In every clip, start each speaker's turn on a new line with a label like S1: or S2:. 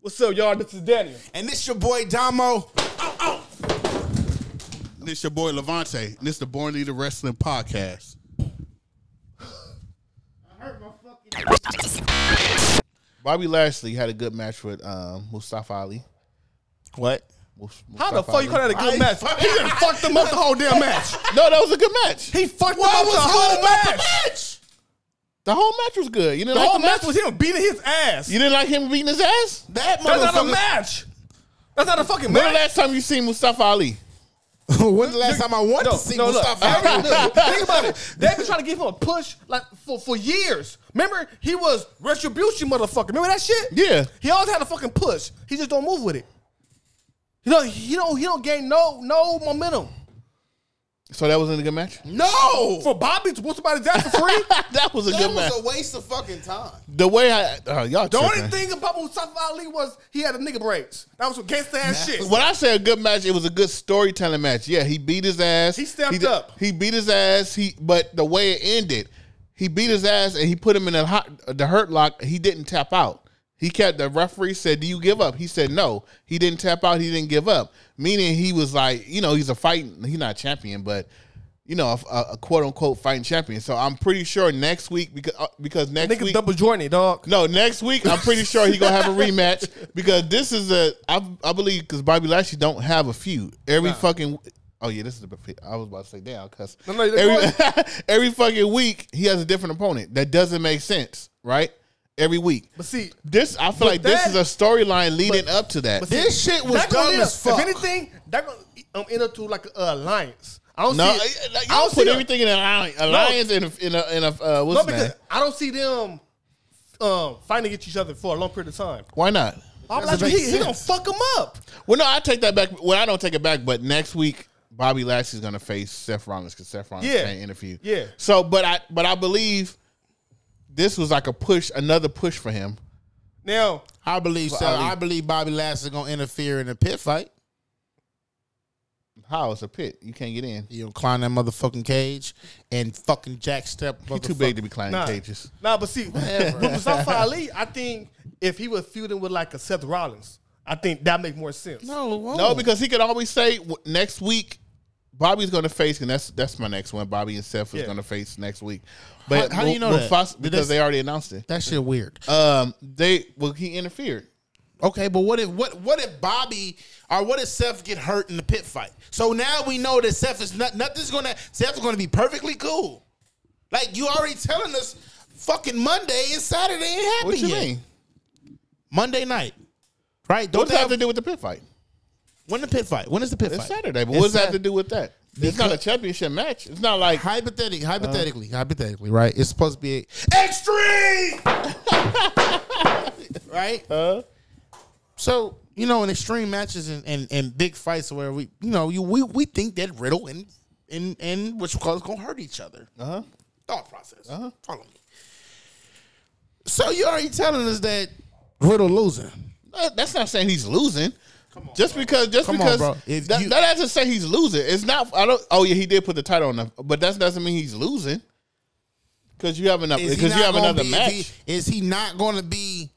S1: What's up, y'all? This is Daniel.
S2: And this your boy Damo.
S1: Oh,
S3: And it's your boy Levante. And it's the Born Leader Wrestling Podcast.
S4: Bobby Lashley had a good match with um, Mustafa Ali.
S2: What?
S4: Mus-
S1: How the
S4: Mustafa
S1: fuck you
S4: Ali.
S1: call that a good
S3: I-
S1: match? He done fucked them up the whole damn match.
S4: No, that was a good match.
S1: He fucked
S3: What
S1: them up
S3: was
S1: the
S3: good
S1: whole
S3: about the
S1: match.
S3: match?
S4: The whole match was good. You didn't
S1: The
S4: like
S1: whole
S4: the match?
S1: match was him beating his ass.
S4: You didn't like him beating his ass?
S3: That
S1: That's not a
S3: motherfucker.
S1: match. That's not a fucking
S4: When the
S1: match.
S4: last time you seen Mustafa Ali?
S2: When's the last time I wanted
S1: No,
S2: to see
S1: no, look.
S2: Mustafa?
S1: every-
S2: Ali?
S1: look, Think about it. They've been trying to give him a push like for, for years. Remember, he was retribution motherfucker. Remember that shit?
S4: Yeah.
S1: He always had a fucking push. He just don't move with it. He don't. He don't. He don't gain no no momentum.
S4: So that wasn't a good match?
S2: no,
S1: For Bobby to put somebody's ass for free.
S4: that was a
S2: that
S4: good match.
S2: was a waste of fucking time.
S4: the way I oh, y'all
S1: The only
S4: tripping.
S1: thing about Mustafa Ali was he had a nigga braids. That was some gangsta ass shit.
S4: When I say a good match, it was a good storytelling match. Yeah, he beat his ass.
S1: He stepped
S4: di-
S1: up.
S4: He beat his ass. He but the way it ended, he beat his ass and he put him in the hot, the hurt lock. He didn't tap out. He kept the referee said, "Do you give up?" He said, "No." He didn't tap out. He didn't give up. Meaning he was like, you know, he's a fighting. He's not champion, but you know, a, a- a quote unquote fighting champion. So I'm pretty sure next week because uh, because next
S1: Nigga
S4: week
S1: double jointed, dog.
S4: no, next week I'm pretty sure he gonna have a rematch because this is a I, I believe because Bobby Lashley don't have a feud every fucking. Oh yeah, this is the. I was about to say damn because
S1: No, no,
S4: every, every fucking week he has a different opponent that doesn't make sense, right? Every week.
S1: But see,
S4: This I feel like this
S1: that-
S4: is a storyline leading up to that.
S1: but see,
S2: This shit was
S1: that gonna
S2: dumb
S1: end up-
S2: as fuck.
S1: If anything, that gonna um, end up to like an alliance. I don't
S4: no,
S1: see.
S4: I,
S1: It.
S4: like,
S1: I
S4: you don't
S1: don't see
S4: put
S1: them-
S4: everything in an alliance, alliance in a, in a, in a uh,
S1: No,
S4: what's his
S1: because
S4: name?
S1: I don't see them um, fighting against each other for a long period of time.
S4: Why not?
S1: Bobby Lashley, he, he gonna fuck him up.
S4: Well, no, I take that back. Well, I don't take it back, but next week Bobby Lashley's gonna face Seth Rollins because Seth Rollins
S1: Yeah.
S4: can't interview.
S1: Yeah.
S4: So, but I but I believe this was like a push, another push for him.
S1: Now,
S2: I believe so.
S4: Ali.
S2: I believe Bobby Lashley gonna interfere in the pit fight.
S4: How it's a pit, you can't get in.
S2: You know, climb that motherfucking cage and fucking jack step.
S4: He's too big to be climbing
S1: nah,
S4: cages.
S1: nah, but see, with Mustafa Ali, I think if he was feuding with like a Seth Rollins, I think that make more sense.
S2: No,
S4: No, because he could always say w- next week. Bobby's gonna face, and that's that's my next one. Bobby and Seth is
S1: Yeah.
S4: gonna face next week. But
S2: how do you know that?
S4: Mufasa-
S2: Did they
S4: because
S2: say-
S4: they already announced it.
S2: that shit weird.
S4: Um, they well he interfered.
S2: Okay, but what if what what if Bobby or what if Seth get hurt in the pit fight? So now we know that Seth is not nothing's gonna Seth's gonna be perfectly cool. Like you already telling us, fucking Monday and Saturday ain't happening.
S4: What you
S2: yet.
S4: mean?
S2: Monday night, right?
S4: What
S2: Don't
S4: does that
S2: they
S4: have
S2: have
S4: to do with the pit fight?
S2: when the pit fight? When is the pit
S4: It's
S2: fight?
S4: Saturday, but
S2: It's
S4: what does that have
S2: Sat-
S4: to do with that? It's not a championship match. It's not like
S2: Hypothetically, hypothetically, hypothetically, right? It's supposed to be extreme, right? so you know, in extreme matches and, and, and big fights, where we you know you we, we think that Riddle and and and which call is gonna hurt each other. Uh huh. Thought process. Uh huh. Follow me. So you already telling us that Riddle losing.
S4: uh, that's not saying he's losing. just because, just
S2: Come on,
S4: because
S2: bro. If
S4: that,
S2: you-
S4: that doesn't say he's losing. It's not. I don't. Oh yeah, he did put the title on, the, but that doesn't mean he's losing. Because you have another.
S2: Is he
S4: Because you
S2: not
S4: have
S2: gonna
S4: another
S2: be-
S4: match.
S2: Is he, is he not going to be?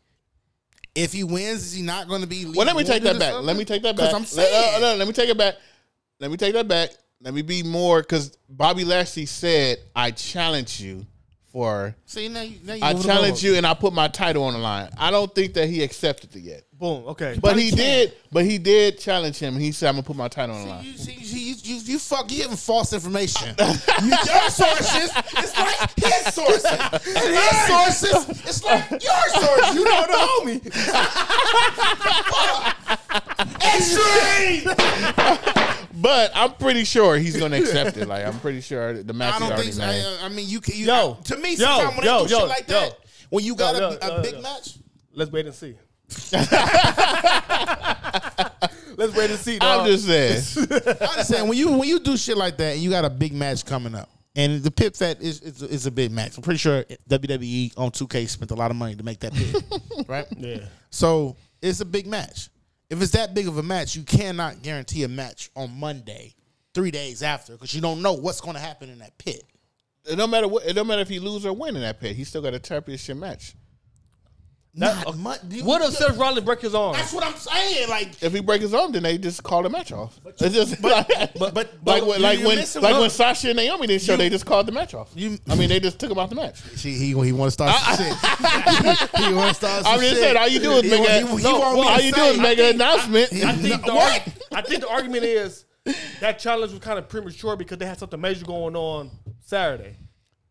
S2: If he wins, is he not going to be?
S4: well, let me take that back. Let me take that back.
S2: Because I'm
S4: Let- uh,
S2: saying.
S4: no, let me take it back. Let me take that back. Let me be more. Because Bobby Lashley said, "I challenge you for."
S2: See, now you, now you
S4: I
S2: over the
S4: challenge
S2: road.
S4: you, and I put my title on the line. I don't think that he accepted it yet.
S1: Boom. Okay.
S4: But
S2: Probably
S4: he
S2: can't.
S4: did. But he did challenge him. and He said, "I'm gonna put my title on the line."
S2: You, see, you, you, you, you fuck, you giving false information. you, your sources, it's like his sources. And his sources, it's like your sources. You don't know.
S1: homie.
S2: Extreme!
S4: But I'm pretty sure he's gonna accept it. Like I'm pretty sure the match
S2: I
S4: is
S2: don't
S4: already
S2: think so.
S4: made.
S2: I, I mean, you can. You,
S1: Yo,
S2: to me,
S1: yo,
S2: sometimes when
S1: yo,
S2: they do
S1: yo,
S2: shit like
S1: yo.
S2: that, when you got
S1: Yo,
S2: a,
S1: yo,
S2: a
S1: yo,
S2: big
S1: yo.
S2: match,
S1: Let's wait and see. Let's wait and see.
S4: I'm
S1: dog.
S4: just saying.
S2: I understand when you when you do shit like that and you got a big match coming up. And the pit fat is, is is a big match. I'm pretty sure WWE on 2K spent a lot of money to make that big, right?
S1: Yeah.
S2: So it's a big match. If it's that big of a match, you cannot guarantee a match on Monday, three days after, because you don't know what's going to happen in that pit.
S4: It don't matter what. It don't matter if he lose or win in that pit. He still got a championship match.
S1: That-
S2: Not much. Do you-
S1: What if Seth Rollins break his arm?
S2: That's what I'm saying. Like,
S4: If he break his arm, then they just call the match off. it's just like,
S2: but- but-
S4: like
S2: but
S4: when, like
S2: you're
S4: when,
S2: missing
S4: like
S2: what-
S4: when Sasha and Naomi didn't show,
S2: You-
S4: they just called the match off.
S2: You-
S4: I mean, they just took him out the match.
S2: she, he, he want to start some shit. he want to start some
S4: I'm just
S2: shit.
S4: saying, all you do is
S2: He
S4: make
S2: want- he-
S4: a,
S2: he
S4: no,
S2: want me
S4: all
S2: to
S4: you do
S2: say-
S4: is make an announcement.
S1: I think the
S2: What?
S1: argu- I think the argument is that challenge was kind of premature because they had something major going on Saturday.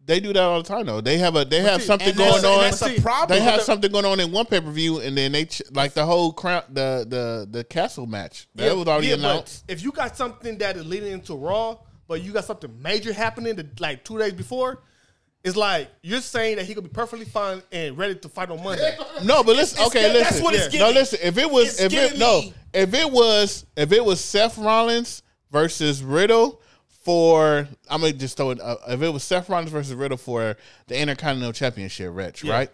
S4: they do that all the time though. They have a they have
S1: see,
S4: something
S2: and that's-
S4: going
S2: and
S4: on.
S2: that's a problem.
S4: They have
S1: The-
S4: something going on in one pay per view, and then they ch- like the whole crown the the the castle match that was already
S1: Yeah, but
S4: announced.
S1: If you got something that is leading into Raw, but you got something major happening the, like two days before, it's like you're saying that he could be perfectly fine and ready to fight on Monday.
S4: No, but listen.
S2: It's
S4: okay,
S2: giving-
S4: listen.
S2: that's what it's
S4: no,
S2: giving.
S4: listen. If it was,
S2: It's
S4: if it
S2: giving
S4: no,
S2: me-
S4: if it was, if it was Seth Rollins versus Riddle for, I'm gonna just throw it. Up, if it was Seth Rollins versus Riddle for the Intercontinental Championship match, right?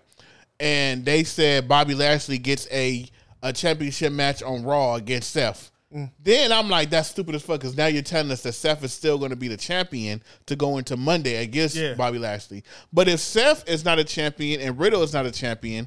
S4: And they said Bobby Lashley gets a a championship match on Raw against Seth.
S2: Mm.
S4: Then I'm like, that's stupid as fuck. Because now you're telling us that Seth is still going to be the champion to go into Monday against
S1: Yeah.
S4: Bobby Lashley. But if Seth is not a champion and Riddle is not a champion,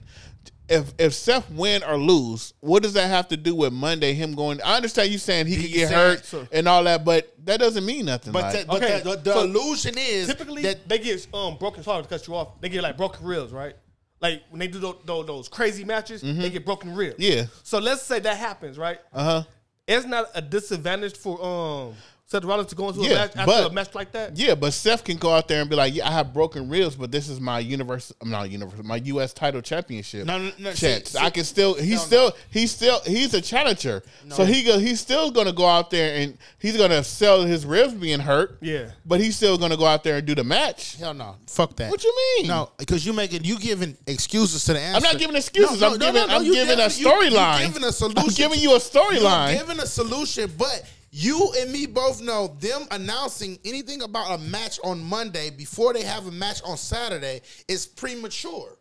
S4: if if Seth win or lose, what does that have to do with Monday? Him going? I understand you saying he could
S2: you
S4: get
S2: say-
S4: hurt
S1: so-
S4: and all that, but that doesn't mean nothing.
S2: But,
S4: like-
S2: that, but
S1: Okay,
S2: that- the, the
S1: so
S2: illusion is
S1: Typically,
S2: that
S1: they get um broken. Sorry to cut you off. They get like broken ribs, right? Like when they do those, those crazy matches, they get broken ribs.
S4: Mm-hmm. Yeah.
S1: So let's say that happens, right?
S4: uh huh.
S1: It's not a disadvantage for um Seth Rollins to go into
S4: Yeah,
S1: a match after
S4: but-
S1: a match like that.
S4: Yeah, but Seth can go out there and be like, "Yeah, I have broken ribs, but this is my universe. I'm not universe. My U.S. title championship.
S2: No, no, no, see-
S4: chance.
S2: see-
S4: I can still. He's still. He's still. He's a challenger. So he go. He's still going to go out there and he's going to sell his ribs being hurt.
S1: Yeah.
S4: but he's still going to go out there and do the match.
S2: hell no, fuck that.
S4: What you mean?
S2: No, because you making you giving excuses to the answer.
S4: I'm not giving excuses. I'm giving. I'm
S2: you
S4: giving a
S2: definitely- you- you
S4: storyline.
S2: Giving a
S4: I'm
S2: solution.
S4: giving you a storyline.
S2: You're giving a solution, but you and me both know them announcing anything about a match on Monday before they have a match on Saturday is premature.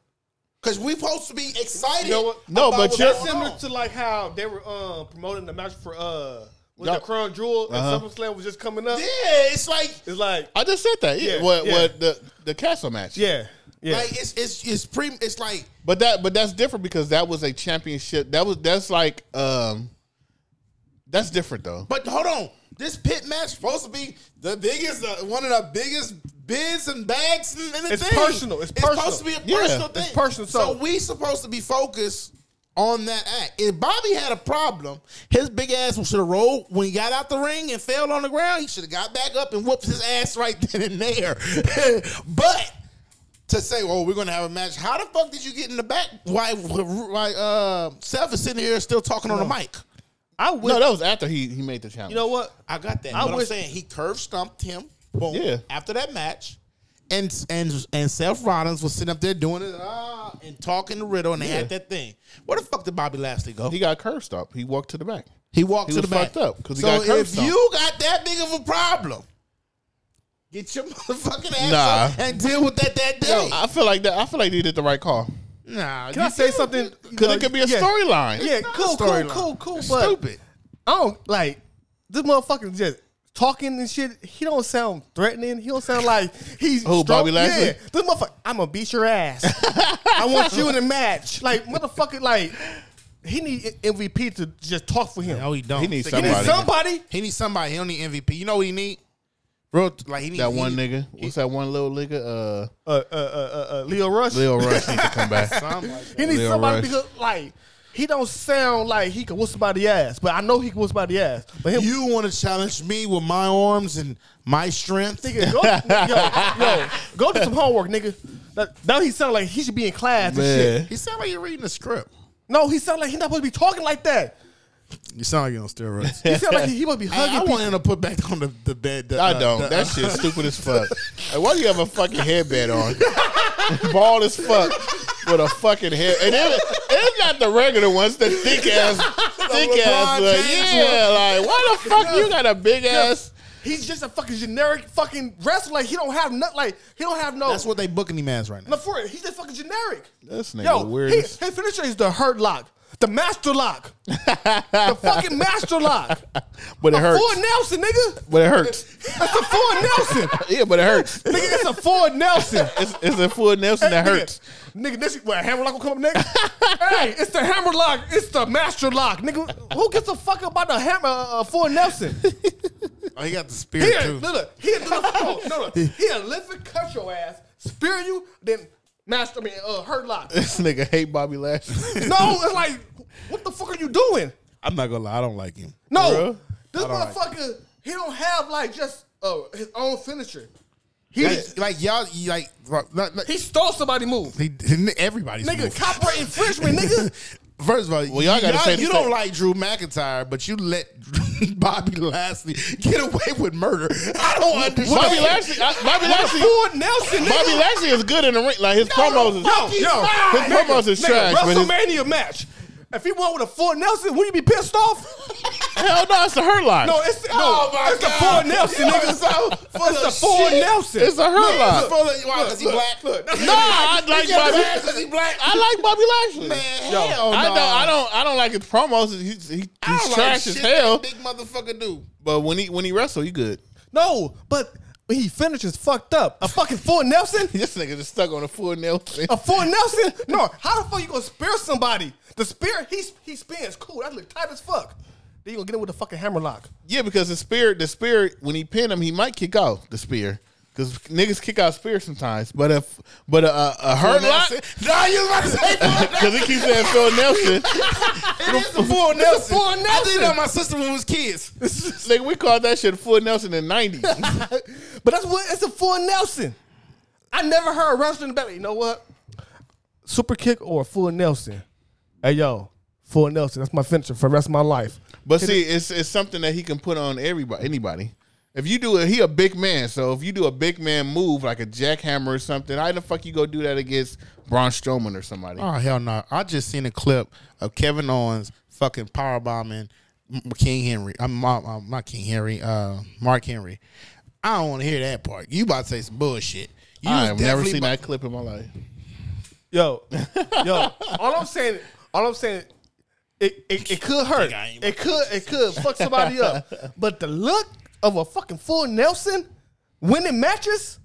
S2: Because we supposed to be excited.
S1: You know what?
S4: No,
S2: about
S4: but
S2: what's
S4: you're-
S2: going
S1: similar
S2: on.
S1: to like how they were um, promoting the match for uh with
S4: No.
S1: the crown jewel and
S4: Uh-huh.
S1: SummerSlam was just coming up.
S2: yeah, it's like
S1: It's like
S4: I just said that. Yeah.
S1: Yeah,
S4: what?
S1: yeah.
S4: What? The the castle match.
S1: yeah, yeah.
S2: like it's it's it's pre it's like
S4: But that but that's different because that was a championship. That was that's like um that's different though.
S2: But hold on, this pit match supposed to be the biggest, uh, one of the biggest bids and bags in, in the
S1: It's
S2: thing.
S1: personal, it's personal.
S2: supposed to be a
S4: Yeah,
S2: personal
S4: it's
S2: thing.
S1: personal, so-
S2: we supposed to be focused on that act. If Bobby had a problem, his big ass should have rolled when he got out the ring and fell on the ground. He should have got back up and whooped his ass right then and there. but to say, "Oh, we're gonna have a match." How the fuck did you get in the back? Why? Why? Uh, Seth is sitting here still talking on the mic.
S1: I wish
S4: no, that was after he he made the challenge.
S1: you know what?
S2: I got that.
S1: I
S2: but
S1: wish-
S2: I'm saying he curve stumped him. Boom.
S4: Yeah.
S2: After that match, and and and Seth Rollins was sitting up there doing it ah, and talking to Riddle, and they had that thing. Where the fuck did Bobby Lashley go?
S4: he
S2: He,
S4: got cursed up. He walked to the back.
S2: walked
S4: he
S2: to
S4: was
S2: the back.
S4: fucked up 'cause he
S2: so
S4: got curb
S2: if
S4: stomped.
S2: you got that big of a problem, get your motherfucking ass
S4: Nah.
S2: up and deal with that that day.
S4: Yo, I feel like that. I feel like he did the right call
S2: nah.
S1: Can I say something?
S4: because it could be a
S1: yeah.
S4: storyline.
S1: Yeah,
S2: not a
S1: cool, cool,
S2: storyline.
S1: cool, cool.
S2: It's
S1: But
S2: stupid.
S1: I don't like this motherfucker just talking and shit. He don't sound threatening. He don't sound like he's
S4: Who,
S1: strong.
S4: Bobby Lashley?
S1: Yeah, this motherfucker. I'm gonna beat your ass. I want you in a match. Like motherfucker, like he need MVP to just talk for him.
S2: No, he don't.
S4: He needs
S1: He needs
S4: somebody.
S1: somebody.
S2: He needs somebody. He don't need MVP. You know what he need? Real like he needs
S4: That
S2: he
S4: one
S2: need-
S4: nigga. What's that one little nigga? Uh,
S1: Uh, uh, uh, uh, uh, Leo Rush.
S4: Lil Rush needs to come back.
S1: He needs
S4: Lil
S1: somebody
S4: Rush.
S1: because like he don't sound like he can whoop somebody's ass, but I know he can whoop somebody's ass. But him
S2: You want to challenge me with my arms and my strength?
S1: Nigga, go, yo, yo, go do some homework, nigga. That, now he sound like he should be in class and shit.
S4: Man.
S2: He sound like you're reading a script.
S1: No, he sound like he not supposed to be talking like that.
S2: You sound like you're on steroids.
S1: He sound like he, he must be hugging
S2: I, I
S1: people.
S2: want him to put back on the, the bed. the,
S4: I
S2: uh,
S4: don't.
S2: the-
S4: That shit's stupid as fuck. Like, why do you have a fucking headband on? Bald as fuck with a fucking head. And it, it's not the regular ones, the thick ass, thick ass.
S2: LeBron
S4: Like,
S2: James
S4: yeah, like why the fuck you got a big ass?
S1: He's just a fucking generic fucking wrestler. Like he don't have nothing. Like he don't have no.
S2: That's what they booking him as right now.
S1: no for it. He's just fucking generic.
S4: This nigga
S1: Yo,
S4: weird.
S1: he, his finisher is the hurt lock. The master lock. the fucking master lock.
S4: But it hurts.
S1: Ford Nelson, nigga.
S4: But it hurts.
S1: That's a Ford Nelson.
S4: yeah, but it hurts.
S1: nigga, that's a Ford Nelson.
S4: It's, it's a full Nelson that
S1: Nigga,
S4: hurts.
S1: Nigga, this what hammer lock will come up next? hey, it's the hammer lock. It's the master lock. Nigga, who gives a fuck about the hammer uh, for Nelson?
S2: Oh, he got the spirit
S1: Here,
S2: too.
S1: look, look, here, look, look, no, no, here, lift and cut your ass, spear you, then master I mean, uh, hurt lock.
S4: This nigga hate Bobby Lashley.
S1: No, it's like, what the fuck are you doing?
S2: I'm not gonna lie, I don't like him.
S1: No, this
S2: I don't
S1: motherfucker, he don't have like just uh, his own signature. He
S2: Like, like y'all, you like not, not-
S1: he stole somebody move.
S2: he, he- everybody's
S1: Nigga,
S2: move.
S1: copyright infringement, nigga.
S2: First of all, well,
S4: y'all gotta say the
S2: you don't
S4: same-
S2: like Drew McIntyre, but you let Bobby Lashley get away with murder. I don't understand.
S4: Bobby Lashley. I, Bobby Lashley.
S1: Ford Nelson, nigga.
S4: Bobby Lashley is good in the ring. Like his promos is.
S1: yo, yo,
S4: his promos is
S1: nigga,
S4: trash. But his,
S1: WrestleMania match. If he won with a Ford Nelson, would you be pissed off?
S4: hell no, it's a hurt lock.
S1: No, it's no,
S2: Oh, my
S1: it's the
S2: God.
S1: Ford Nelson,
S2: You
S1: nigga.
S2: are so full
S1: it's the
S2: of
S1: Ford
S2: shit.
S1: Nelson.
S4: it's a hurt lock.
S2: Full of- Why? Is he black?
S4: No, I like Bobby.
S2: Is he black?
S4: I like Bobby Lashley.
S2: Man,
S1: Yo,
S2: hell
S4: I
S2: no.
S4: don't. I don't. I don't like his promos. He's, he, he's
S2: I don't like
S4: trash as
S2: shit
S4: hell.
S2: that Big motherfucker, do.
S4: But when he when he wrestle, he good.
S1: no, but he finishes fucked up. A fucking Ford Nelson.
S4: This nigga just stuck on a full nail.
S1: A Ford Nelson? No. How the fuck you gonna spear somebody? The spear he he spins cool. That look tight as fuck. Then you gonna get him with a fucking hammer lock.
S4: Yeah, because the spear, the spear, when he pin him, he might kick out the spear. Because niggas kick out spear sometimes. But if but a, a, a hurt lock,
S2: No, you was about to say
S4: because he keeps saying Phil Nelson.
S2: it is the full Nelson.
S1: full
S2: I did
S1: Nelson.
S2: that on my sister when we was kids.
S4: Nigga, we called that shit full Nelson in the 90s.
S1: But that's what it's a full Nelson. I never heard a wrestler in the back. You know what? Super kick or a full Nelson? Hey yo, full Nelson. That's my finisher for the rest of my life.
S4: But see, it's it's something that he can put on everybody, anybody. If you do it, he a big man. So if you do a big man move like a jackhammer or something, how the fuck you go do that against Braun Strowman or somebody?
S2: Oh hell no! I just seen a clip of Kevin Owens fucking powerbombing M- King Henry. I'm, i not King Henry. Uh, Mark Henry. I don't want to hear that part. You about to say some bullshit. You
S4: I
S2: was
S4: have never
S2: definitely
S4: seen
S2: about-
S4: that clip in my life.
S1: Yo, yo. All I'm saying, all I'm saying, it it, it could hurt.
S2: I ain't-
S1: It could it could fuck somebody up. But the look of a fucking full Nelson winning matches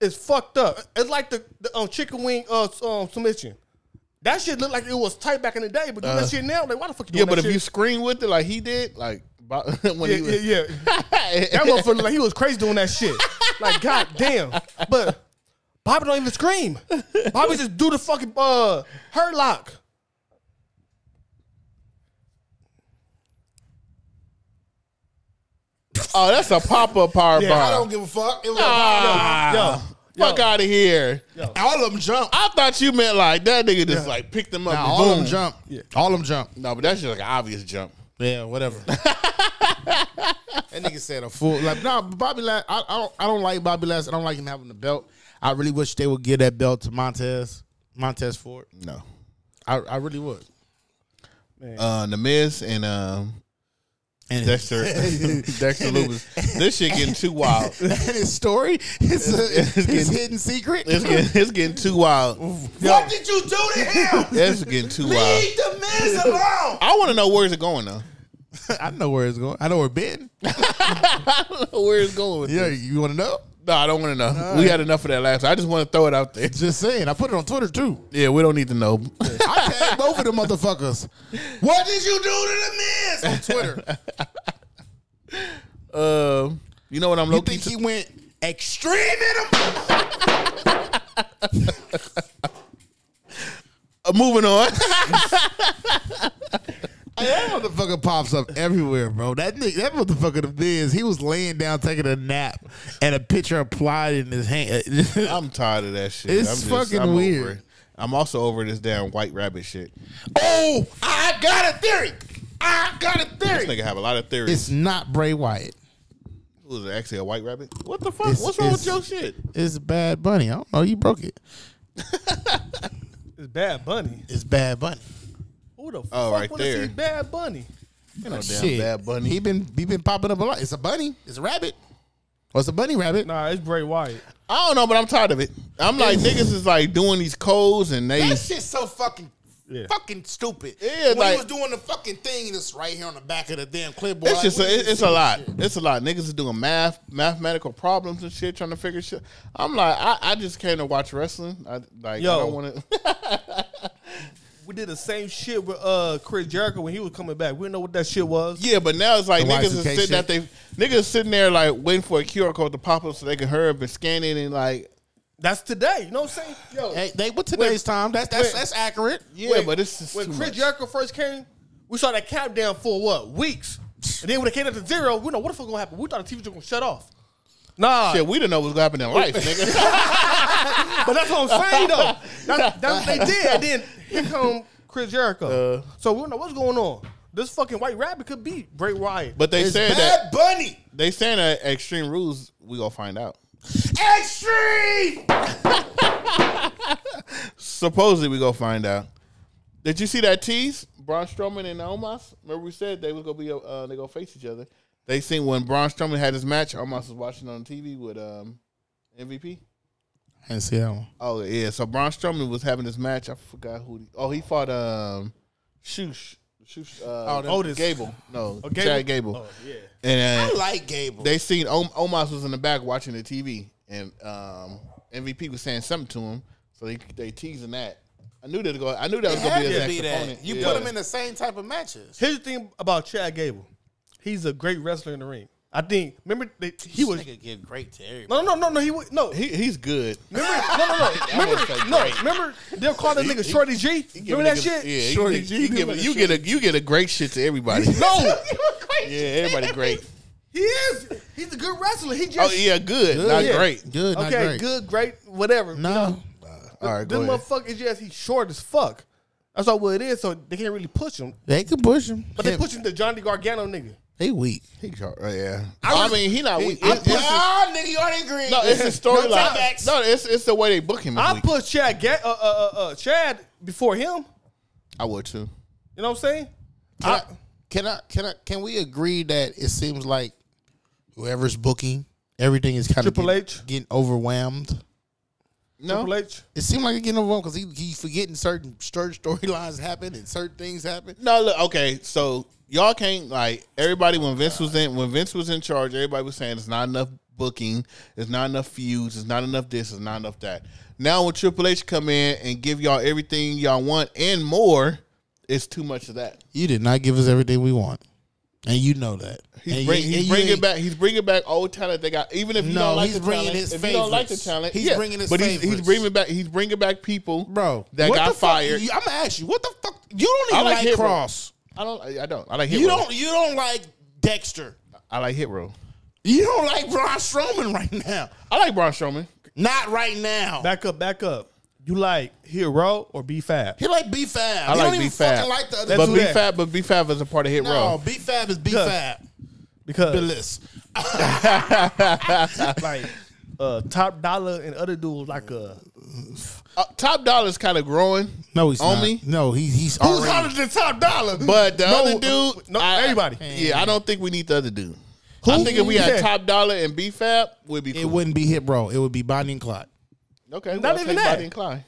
S1: is fucked up. It's like the, the um, chicken wing uh s- um, submission. That shit looked like it was tight back in the day, but do
S2: Uh.
S1: that shit now, like why the fuck you
S4: Yeah,
S1: doing
S4: but
S1: that
S4: if you
S1: shit?
S4: scream with it like he did, like bo- when
S1: yeah,
S4: he was,
S1: yeah, yeah. That motherfucker looked like he was crazy doing that shit. Like, goddamn. But Bobby don't even scream. Bobby just do the fucking uh her lock.
S4: Oh, that's a pop up power
S1: Yeah,
S4: bomb.
S2: I don't give a fuck. It was
S4: Ah,
S1: Yo, yo,
S4: fuck out of here.
S2: a- all of them jump.
S4: I thought you meant like that nigga just like picked them up.
S2: Nah,
S4: and
S2: all of
S4: boom.
S2: them jump. All of them jump.
S4: No, but that's just like an obvious jump.
S2: Yeah, whatever. that nigga said a fool. Like, no, Bobby Lass. I, I don't. I don't like Bobby Lass. I don't like him having the belt. I really wish they would give that belt to Montez. Montez Ford.
S4: No.
S2: I, I really would.
S4: Uh, the Miz and um,
S2: And
S4: Dexter Dexter Loomis. This shit getting too wild.
S2: and his story, his, uh, his,
S4: getting-
S2: hidden secret.
S4: It's getting it's getting too wild.
S2: what did you do to him?
S4: It's getting too wild.
S2: the Miz alone.
S4: I want to know where's it going though.
S2: I know where it's going. I know where Ben.
S4: I don't know where it's going with
S2: Yeah,
S4: this.
S2: you want to know?
S4: No, I don't want to know. we had enough of that last. time. I just want to throw it out there.
S2: Just saying. I put it on Twitter too.
S4: Yeah, we don't need to know.
S2: I tagged both of them motherfuckers. What did you do to the Miz on Twitter?
S4: Um, you know what I'm
S2: You
S4: looking.
S2: think he went extreme in him?
S4: uh, moving on.
S2: That motherfucker pops up everywhere, bro. That nigga, that motherfucker, the Miz, he was laying down taking a nap, and a picture applied in his hand.
S4: I'm tired of that shit.
S2: It's
S4: I'm just-
S2: fucking
S4: I'm over
S2: weird.
S4: it. I'm also over this damn white rabbit shit.
S2: oh, I got a theory. I got a
S4: This
S2: theory.
S4: nigga have a lot of theories.
S2: It's not Bray Wyatt.
S4: Was it actually a white rabbit? What the fuck?
S2: It's-
S4: What's wrong with your
S2: it's-
S4: shit?
S2: It's Bad Bunny. I don't know. You broke it.
S1: It's Bad Bunny.
S2: It's Bad Bunny.
S1: Who the
S4: Oh,
S1: fuck
S4: right
S1: wanna
S4: there.
S1: see Bad Bunny?
S4: You know, damn
S2: Shit.
S4: bad bunny.
S2: He been he been popping up a lot. It's a bunny. It's a rabbit. Or it's a bunny rabbit.
S1: Nah, it's Bray Wyatt.
S4: I don't know, but I'm tired of it. I'm like niggas is like doing these codes and they
S2: shit's so fucking
S1: Yeah.
S2: fucking stupid.
S4: Yeah,
S2: when
S4: like-
S2: he was doing the fucking thing that's right here on the back of the damn clipboard.
S4: It's
S2: like,
S4: just
S2: what
S4: a,
S2: is
S4: it-
S2: this
S4: it's a
S2: shit?
S4: lot. It's a lot. Niggas is doing math, mathematical problems and shit, trying to figure shit. I'm like, I, I just came to watch wrestling. I like,
S1: Yo.
S4: I don't want to.
S1: We did the same shit with uh Chris Jericho when he was coming back. We didn't know what that shit was.
S4: yeah, but now it's like
S2: The
S4: niggas is
S2: Y2K
S4: sitting at
S2: shit.
S4: they niggas is sitting there like waiting for a QR code to pop up so they can hurry up and scan it and like.
S1: That's today. You know what I'm saying? Yo,
S2: Hey, they what today's time? That's that's
S1: wait.
S2: that's accurate.
S4: Yeah,
S1: Wait,
S4: but it's just
S1: when
S4: too
S1: Chris
S4: much.
S1: Jericho first came, we saw that countdown for what weeks, and then when it came up to zero, we know what the fuck gonna happen. We thought the TV was gonna shut off. Nah,
S4: Shit, we didn't know what was gonna happen in life, nigga.
S1: but that's what I'm saying though. That's, that's what they did. And then here come Chris Jericho. so we don't know what's going on. This fucking white rabbit could be Bray Wyatt.
S4: But they
S2: It's
S4: said
S2: Bad
S4: that
S2: Bunny.
S4: they saying that extreme rules. We gonna find out.
S2: Extreme.
S4: Supposedly, we gonna find out. Did you see that tease? Braun Strowman and Omos. Remember we said they was gonna be uh, they gonna face each other. They seen when Braun Strowman had his match. Omos was watching on TV with um, MVP.
S2: I didn't see that one.
S4: Oh yeah, so Braun Strowman was having this match. I forgot who. He, oh, he fought um, Shoosh. Shoosh. Uh,
S1: Oh, Otis.
S4: Gable. No,
S1: Gable?
S4: Chad Gable.
S1: Oh, yeah.
S4: And
S2: I
S4: uh,
S2: like Gable.
S4: they seen Om- Omos was in the back watching the TV, and um, MVP was saying something to him, so they they teasing that. I knew that go. I knew that was
S2: it
S4: gonna
S2: had
S4: be his
S2: to
S4: next
S2: be
S4: opponent.
S2: that. You
S4: Yeah.
S2: put them in the same type of matches.
S1: Here's the thing about Chad Gable. He's a great wrestler in the ring. I think. Remember, they, he
S2: This
S1: was.
S2: nigga give great to everybody.
S1: No, no, no, no. He was no.
S4: He, he's good.
S1: Remember, no, no, no. Remember, no. Remember, they'll call that nigga Shorty G. Remember that
S4: Niggas-
S1: shit?
S4: Yeah, you
S2: Shorty
S4: get-
S2: G,
S4: you
S2: dude,
S4: give-
S2: like
S4: you get a you get a great shit to everybody.
S1: No,
S4: yeah, everybody great.
S1: he is. He's a good wrestler. He just
S4: Oh yeah, good, not
S1: Yeah.
S4: great.
S2: Good, not
S1: okay,
S2: great.
S1: good, great, whatever.
S2: No,
S4: All right,
S1: this
S4: go ahead.
S1: motherfucker is just he's short as fuck. That's all what it is. So they can't really push him,
S2: they could push him,
S1: but they push him to Johnny Gargano nigga.
S2: They weak.
S4: He got- oh, yeah. I, mean, he not weak. It's- it's-
S2: Ah, nigga, you already agree.
S4: no, it's his storyline.
S2: tiebacks.
S4: No, it's it's the way they book him. is
S1: I
S4: weak.
S1: put Chad, Ga- uh, uh, uh, uh, Chad before him.
S4: I would too.
S1: You know what I'm saying?
S2: Can I, can I? Can I? Can we agree that it seems like whoever's booking everything is kind
S1: Triple
S2: of getting,
S1: H?
S2: getting overwhelmed?
S4: No,
S1: Triple H.
S2: It seemed like it's getting overwhelmed because he, he forgetting certain certain storylines happen and certain things happen.
S4: No, look, okay, so y'all can't like everybody when Vince was in when Vince was in charge, everybody was saying it's not enough booking, it's not enough feuds, it's not enough this, it's not enough that. Now when Triple H come in and give y'all everything y'all want and more, it's too much of that.
S2: You did not give us everything we want, and you know that.
S4: He's,
S2: And
S4: bring,
S2: you- and
S4: he's
S2: you
S4: bringing
S2: ain't-
S4: back. He's bringing back old talent. They got even if you
S2: No,
S4: don't like
S2: he's
S4: the
S2: bringing
S4: talent,
S2: his
S4: if you don't like the
S2: favorites.
S4: talent,
S2: He's
S4: yeah.
S2: bringing his
S4: But he's, he's
S2: favorites.
S4: bringing back. He's bringing back people,
S2: bro.
S4: That
S2: what
S4: got
S2: the fuck-
S4: fired.
S2: you- I'm gonna ask you, what the fuck? You don't
S4: I
S2: even
S4: like
S2: like,
S4: Hit Row.
S2: Cross.
S4: I don't. I don't. I like Hit
S2: You
S4: Row.
S2: don't. You don't like Dexter.
S4: I like Hit Row.
S2: You don't like Braun Strowman right now.
S4: I like Braun Strowman.
S2: Not right now.
S1: Back up, back up. You like Hero or B Fab?
S2: He like B Fab.
S4: I
S2: he
S4: like
S2: don't even
S4: B-Fab.
S2: fucking like the other.
S1: That's
S4: But
S1: who
S4: B
S1: that-
S4: Fab, but B Fab is a part of Hit
S2: no,
S4: Row.
S2: B Fab is B Fab.
S1: Because
S2: The list.
S1: like uh, Top Dollar and other dudes like uh,
S4: Uh, top dollar's kind of growing.
S2: No, he's
S4: on
S2: not.
S4: me.
S2: No, he's he's
S1: who's
S2: already-
S1: hotter than Top Dollar?
S4: But the
S1: No,
S2: uh,
S4: other dude,
S1: no,
S4: I-
S1: everybody.
S4: Yeah, I don't think we need the other dude. I think if we had
S1: Yeah.
S4: top dollar and B Fab, we'd be
S2: It
S4: cool.
S2: wouldn't be Hit Row. It would be Bonnie and Clyde.
S4: okay,
S1: Not even that.
S4: Bonnie and Clyde.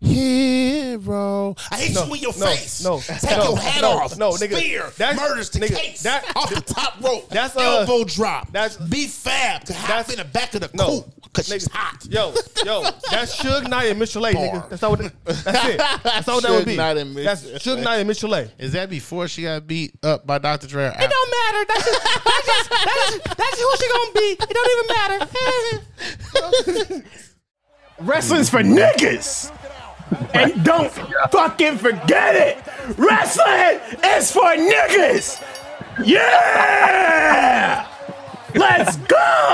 S2: Hero. I hate
S1: No,
S2: you in your
S1: no,
S2: face.
S1: no,
S2: take
S1: no,
S2: your hat
S1: no,
S2: off.
S1: no,
S2: No,
S1: nigga,
S2: nigga. Spear.
S1: that's-
S2: murders the
S1: nigga,
S2: case.
S1: that-
S2: off the top rope.
S1: that's, uh,
S2: elbow drop.
S1: that's-
S2: That's be fab. That's
S1: that's-
S2: in the back of the
S1: No,
S2: coop because she's
S1: Nigga,
S2: hot.
S1: Yo, yo, that's Suge Knight and Mitchell A, nigga.
S2: Bar.
S1: That's all. What it, that's it. That's all that
S4: Suge
S1: would be.
S4: Knight and Mitch-
S1: that's Suge Knight and Mitchell A. It
S2: Is that before she got beat up by Dr. Dre? It don't
S1: matter. That's just, that's just, that's just, that's just who she gonna be. It don't even matter.
S5: Wrestling's for niggas. And don't fucking forget it. Wrestling is for niggas. Yeah. Let's go.